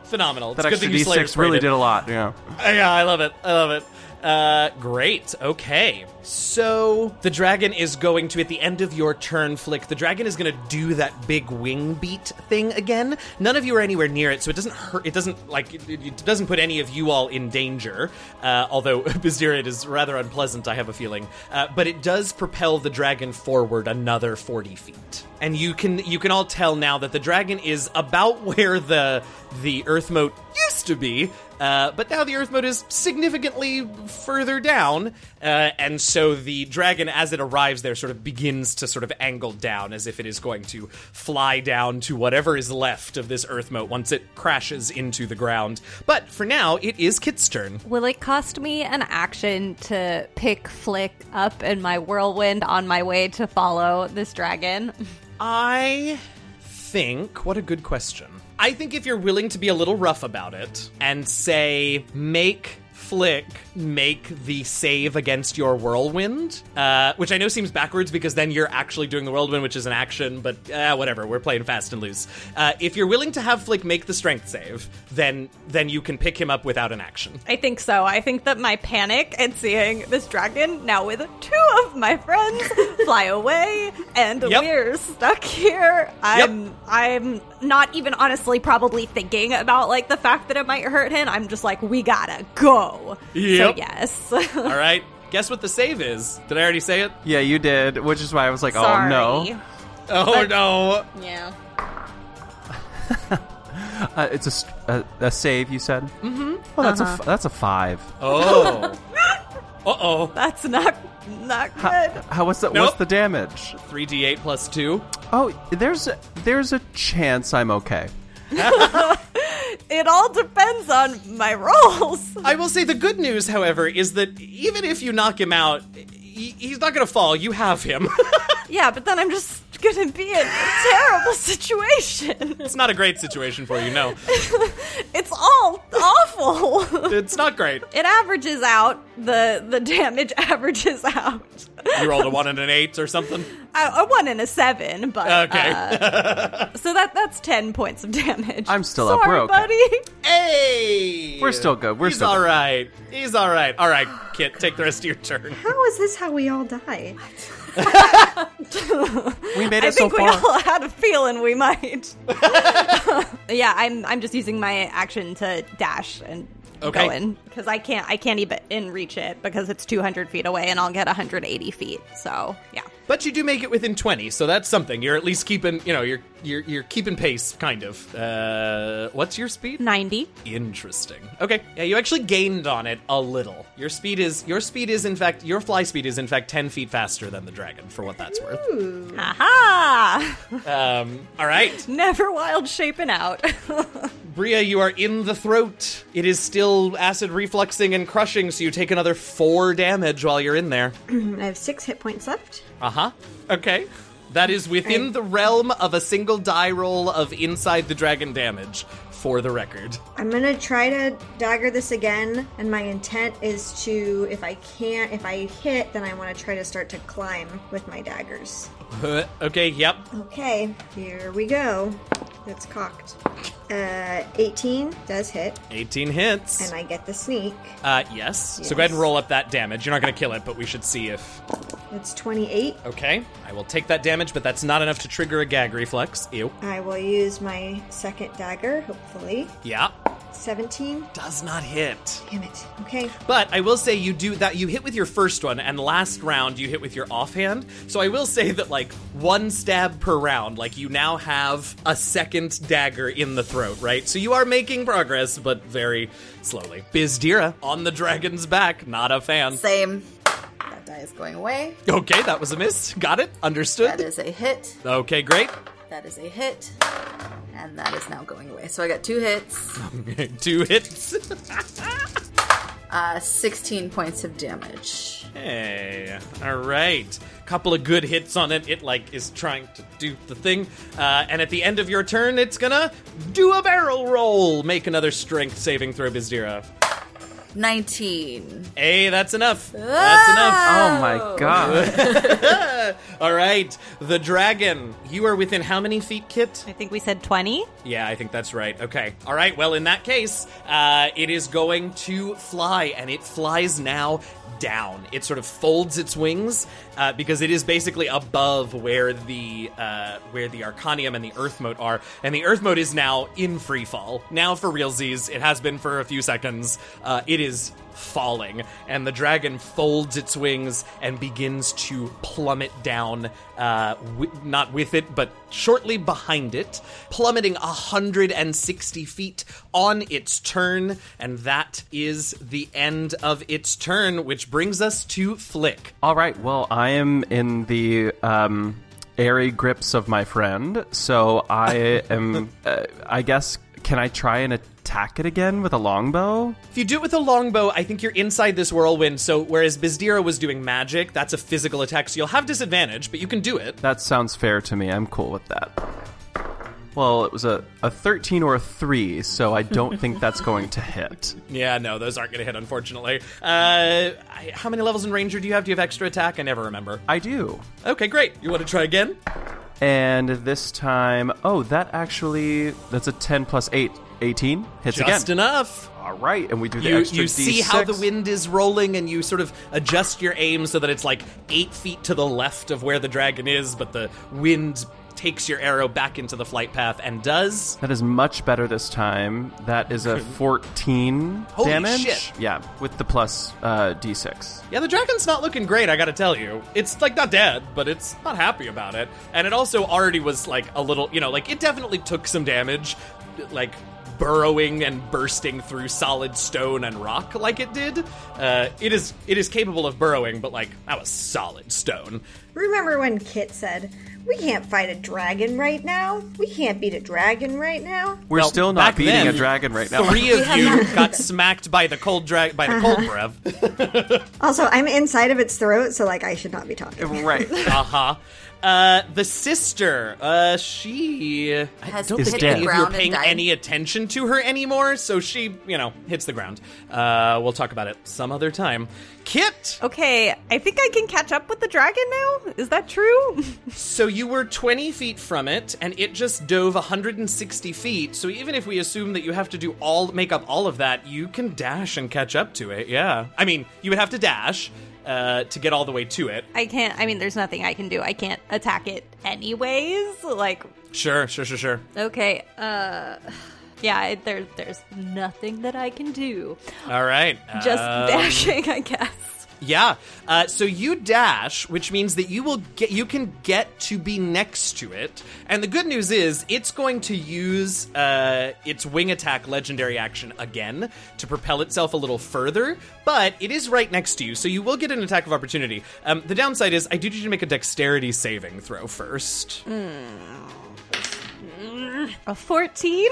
Phenomenal.
That
it's
extra
good thing you
d6
Slayer's
really
rated.
did a lot. Yeah.
Uh, Yeah, I love it. I love it. Uh, great. Okay. So the dragon is going to, at the end of your turn, Flick, the dragon is going to do that big wing beat thing again. None of you are anywhere near it, so it doesn't hurt. It doesn't, like, it, it doesn't put any of you all in danger. Uh, although, Bizdira, it is rather unpleasant, I have a feeling. Uh, but it does propel the dragon forward another 40 feet. And you can you can all tell now that the dragon is about where the the earth moat used to be, uh, but now the Earth mode is significantly further down, uh, and so the dragon, as it arrives there, sort of begins to sort of angle down as if it is going to fly down to whatever is left of this Earth moat once it crashes into the ground. But for now, it is Kit's turn.
Will it cost me an action to pick Flick up in my whirlwind on my way to follow this dragon?
I think, what a good question. I think if you're willing to be a little rough about it and say, make Flick make the save against your whirlwind, uh, which I know seems backwards because then you're actually doing the whirlwind, which is an action, but uh, whatever, we're playing fast and loose. Uh, if you're willing to have Flick make the strength save, then then you can pick him up without an action.
I think so. I think that my panic at seeing this dragon now with two of my friends fly away and
Yep.
we're stuck here. I'm I'm not even honestly probably thinking about like the fact that it might hurt him. I'm just like, we gotta go. So
Yep. Oh,
yes.
All right? Guess what the save is? Did I already say it?
Yeah, you did, which is why I was like,
Sorry.
oh no.
Oh no.
Yeah.
Uh, it's a, st- a a save. You said. Mm-hmm. Well, that's a f- that's a five.
Oh. Uh oh.
That's not not good.
How what's the
Nope.
what's the damage?
3d8 plus 2.
Oh, there's there's a chance I'm okay.
It all depends on my rolls.
I will say the good news, however, is that even if you knock him out, he- he's not going to fall. You have him.
Yeah, but then I'm just gonna be in a terrible situation.
it's not a great situation for you, no.
It's all awful.
It's not great.
It averages out. The the damage averages out.
You rolled a 1 and an 8 or something.
A, a one and a seven, but
Okay.
uh, so that that's ten points of damage.
I'm still up.
Sorry,
We're okay.
buddy.
Hey!
We're still good. We're
He's
still
all
good.
right. He's all right. All right, Kit, take the rest of your turn.
How is this how we all die?
We made
I
it so
think we
far.
all had a feeling we might. yeah, I'm I'm just using my action to dash and
Okay.
go in because I can't I can't even in reach it because it's 200 feet away and I'll get 180 feet. So yeah,
But you do make it within 20, so that's something. You're at least keeping, you know, you're you're, you're keeping pace, kind of. Uh, what's your speed?
90.
Interesting. Okay, yeah, you actually gained on it a little. Your speed is your speed is in fact your fly speed is in fact ten feet faster than the dragon, for what that's worth.
Aha!
Um, all right,
Never wild shaping out.
Bria, you are in the throat. It is still acid refluxing and crushing, so you take another four damage while you're in there.
I have six hit points left.
Uh huh. Okay. That is within the realm of a single die roll of inside the dragon damage, for the record.
I'm gonna try to dagger this again, and my intent is to, if I can't, if I hit, then I want to try to start to climb with my daggers.
Uh, okay, yep.
Okay, here we go. It's cocked. Uh, 18 does hit,
18 hits.
and I get the sneak.
Uh, yes. So go ahead and roll up that damage. You're not going to kill it, but we should see if.
It's 28.
Okay. I will take that damage, but that's not enough to trigger a gag reflex. Ew.
I will use my second dagger, hopefully.
Yeah.
17.
Does not hit.
Damn it. Okay.
But I will say you do that you hit with your first one and last round you hit with your offhand. So I will say that like one stab per round, like you now have a second dagger in the throat, right? So you are making progress, but very slowly. Bizdira on the dragon's back, not a fan.
Same. That die is going away.
Okay, that was a miss. Got it.
That
Understood.
is a hit.
Okay, great.
That is a hit. And that is now going away. So I got two hits,
Two hits.
uh, 16 points of damage.
Hey, all right. Couple of good hits on it. It like is trying to do the thing, uh, and at the end of your turn, it's gonna do a barrel roll. Make another strength saving throw, Bizdira.
19.
Hey, that's enough. That's enough.
Oh my god.
All right, the dragon. You are within how many feet, Kit?
I think we said 20.
Yeah, I think that's right. Okay. All right. Well, in that case, uh, it is going to fly, and it flies now down. It sort of folds its wings uh, because it is basically above where the uh, where the Arcanium and the Earth Mote are, and the Earth Mote is now in free fall. Now for realsies, it has been for a few seconds. Uh, it is falling, and the dragon folds its wings and begins to plummet down, uh, wi- not with it, but shortly behind it, plummeting 160 feet on its turn. And that is the end of its turn, which brings us to Flick.
all right. Well, I am in the um, airy grips of my friend, so I am. Uh, I guess can I try and attack it again with a longbow?
If you do it with a longbow, I think you're inside this whirlwind. So, whereas Bizdira was doing magic, that's a physical attack, so you'll have disadvantage, but you can do it.
That sounds fair to me. I'm cool with that. Well, it was a, a 13 or a 3, so I don't think that's going to hit.
Yeah, no, those aren't going to hit, unfortunately. Uh, I- how many levels in Ranger do you have? Do you have extra attack? I never remember.
I do.
Okay, great. You want to try again?
And this time, oh, that actually, that's a 10 plus 8, 18. Hits
Just
again.
enough.
All right, and we do the
You,
extra
you see how the
D6.
wind is rolling, and you sort of adjust your aim so that it's like eight feet to the left of where the dragon is, but the wind takes your arrow back into the flight path and does.
That is much better this time. That is a 14
Holy
damage.
shit.
Yeah, with the plus uh, d6.
Yeah, the dragon's not looking great, I gotta tell you. It's, like, not dead, but it's not happy about it. And it also already was, like, a little, you know, like, it definitely took some damage, like, burrowing and bursting through solid stone and rock like it did. Uh, it is it is capable of burrowing, but, like, that was solid stone.
Remember when Kit said, "We can't fight a dragon right now. We can't beat a dragon right now."
We're
Well,
still not
back
beating
then,
a dragon right now.
Three of you got smacked by the cold drag by the cold breath.
Also, I'm inside of its throat, so like I should not be talking.
right.
Uh-huh. Uh The sister, uh, she I
Has
don't
hit
think
the
any of you are
ground and
paying
died.
any attention to her anymore. So she, you know, hits the ground. Uh, we'll talk about it some other time. Kit.
Okay, I think I can catch up with the dragon now. Is that true?
So you were 20 feet from it, and it just dove 160 feet. So even if we assume that you have to do all, make up all of that, you can dash and catch up to it. Yeah. I mean, you would have to dash uh, to get all the way to it.
I can't. I mean, there's nothing I can do. I can't attack it anyways. Like,
Sure, sure, sure, sure.
okay, uh, yeah, it, there, there's nothing that I can do.
All right.
Just
Um,
dashing, I guess.
Yeah. Uh, so you dash, which means that you will get you can get to be next to it. And the good news is it's going to use uh, its wing attack legendary action again to propel itself a little further. But it is right next to you, so you will get an attack of opportunity. Um, the downside is I do need you to make a dexterity saving throw first.
A 14?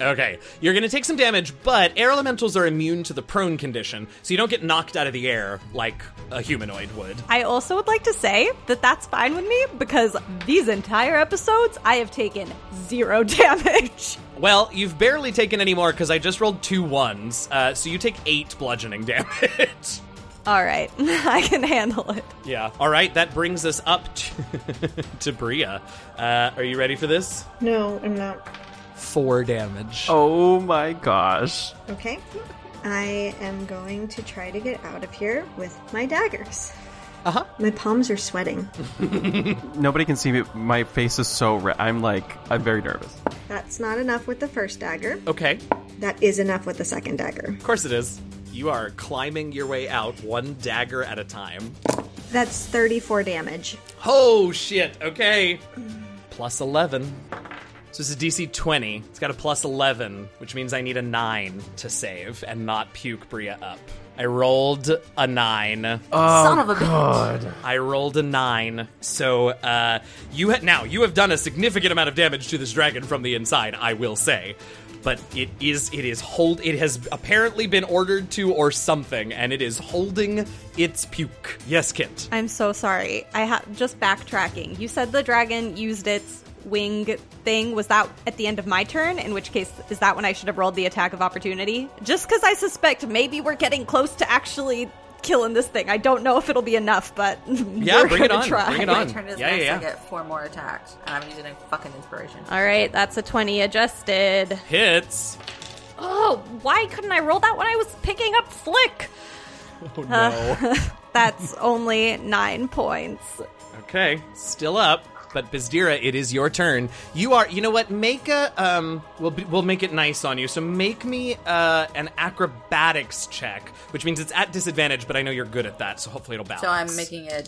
Okay, you're gonna take some damage, but air elementals are immune to the prone condition, so you don't get knocked out of the air like a humanoid would.
I also would like to say that that's fine with me because these entire episodes, I have taken zero damage.
Well, you've barely taken any more because I just rolled two ones, uh, so you take eight bludgeoning damage.
All right, I can handle it.
yeah. All right, that brings us up to, to Bria. Uh, are you ready for this?
No, I'm not.
Four damage.
Oh my gosh.
Okay. I am going to try to get out of here with my daggers.
Uh-huh.
My palms are sweating.
Nobody can see me. My face is so red. I'm like, I'm very nervous.
That's not enough with the first dagger.
Okay.
That is enough with the second dagger.
Of course it is. You are climbing your way out one dagger at a time.
That's 34 damage.
Oh, shit. Okay. Plus 11. So this is DC 20. It's got a plus 11, which means I need a 9 to save and not puke Bria up. I rolled a 9.
Son of a bitch.
I rolled a nine. So uh, you ha- now you have done a significant amount of damage to this dragon from the inside. I will say, but it is it is hold. It has apparently been ordered to or something, and it is holding its puke. Yes, Kit.
I'm so sorry. I ha- just backtracking. You said the dragon used its wing thing. Was that at the end of my turn? In which case, is that when I should have rolled the attack of opportunity? Just because I suspect maybe we're getting close to actually killing this thing. I don't know if it'll be enough, but
Yeah,
we're
bring it
gonna
on.
Try.
Bring it
My
on.
turn is
Yeah,
next.
yeah,
I
yeah.
get four more attacks, and I'm using a fucking inspiration.
All right, that's a twenty adjusted.
Hits.
Oh, why couldn't I roll that when I was picking up flick?
Oh no.
That's only nine points.
okay, still up. But Bizdira, it is your turn. You are. You know what? Make a. Um. We'll be, we'll make it nice on you. So make me uh, an acrobatics check, which means it's at disadvantage. But I know you're good at that, so hopefully it'll balance.
So I'm making a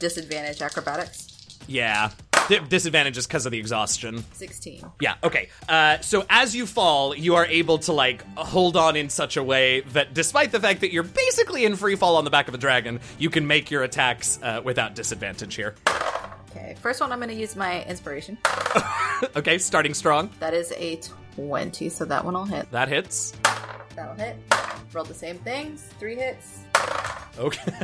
disadvantage acrobatics.
Yeah. Di- disadvantage is because of the exhaustion.
16.
Yeah, okay. Uh, so as you fall, you are able to, like, hold on in such a way that despite the fact that you're basically in free fall on the back of a dragon, you can make your attacks uh, without disadvantage here.
Okay, first one I'm going to use my inspiration.
Okay, starting strong.
That is a 20, so that one will hit.
That hits.
That'll hit. Roll the same things. Three hits.
Okay.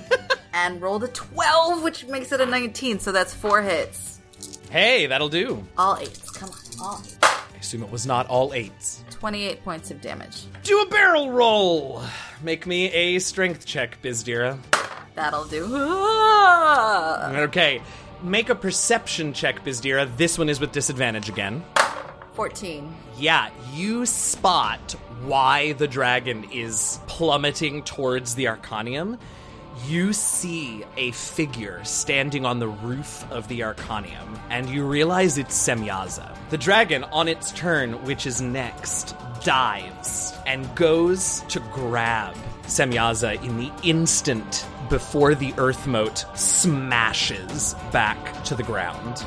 And roll the 12, which makes it a 19, so that's four hits.
hey, that'll do.
All eights. Come on, all eights.
I assume it was not all eights.
28 points of damage.
Do a barrel roll. Make me a strength check, Bizdira.
That'll do.
Okay. Make a perception check, Bizdira. This one is with disadvantage again.
14.
Yeah, you spot why the dragon is plummeting towards the Arcanium. you see a figure standing on the roof of the Arcanium, and you realize it's Semyaza. The dragon, on its turn, which is next, dives and goes to grab Semyaza in the instant before the earth moat smashes back to the ground.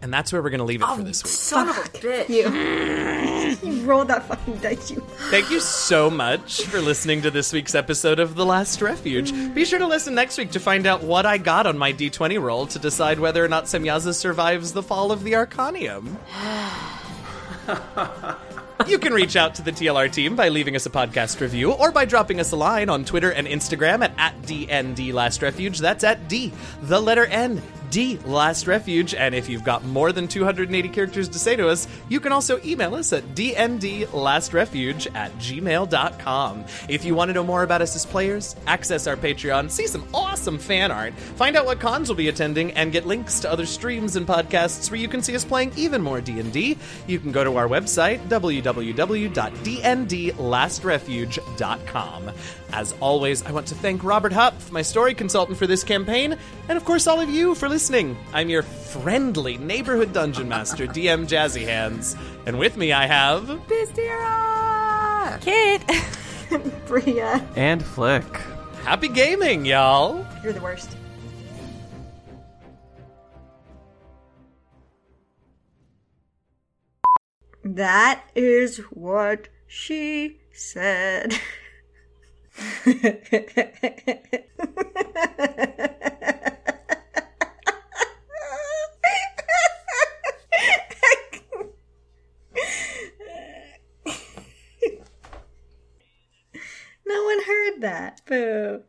And that's where we're going to leave it
Oh,
for this week.
Son of a bitch.
You rolled that fucking dice, you.
Thank you so much for listening to this week's episode of The Last Refuge. Be sure to listen next week to find out what I got on my d20 roll to decide whether or not Semyaza survives the fall of the Arcanium. You can reach out to the TLR team by leaving us a podcast review or by dropping us a line on Twitter and Instagram at, at DNDLastRefuge. That's at D, the letter N, D Last Refuge. And if you've got more than 280 characters to say to us, you can also email us at DNDLastRefuge at gmail.com. If you want to know more about us as players, access our Patreon, see some awesome fan art, find out what cons we'll be attending, and get links to other streams and podcasts where you can see us playing even more D&D, you can go to our website, www.dndlastrefuge.com. As always, I want to thank Robert Hupf, my story consultant for this campaign, and of course all of you for listening. I'm your friendly neighborhood dungeon master, DM Jazzy Hands, and with me I have...
Pistira!
Kid.
Bria,
And Flick.
Happy gaming, y'all!
you're the worst. That is what she said. no one heard that. Boo.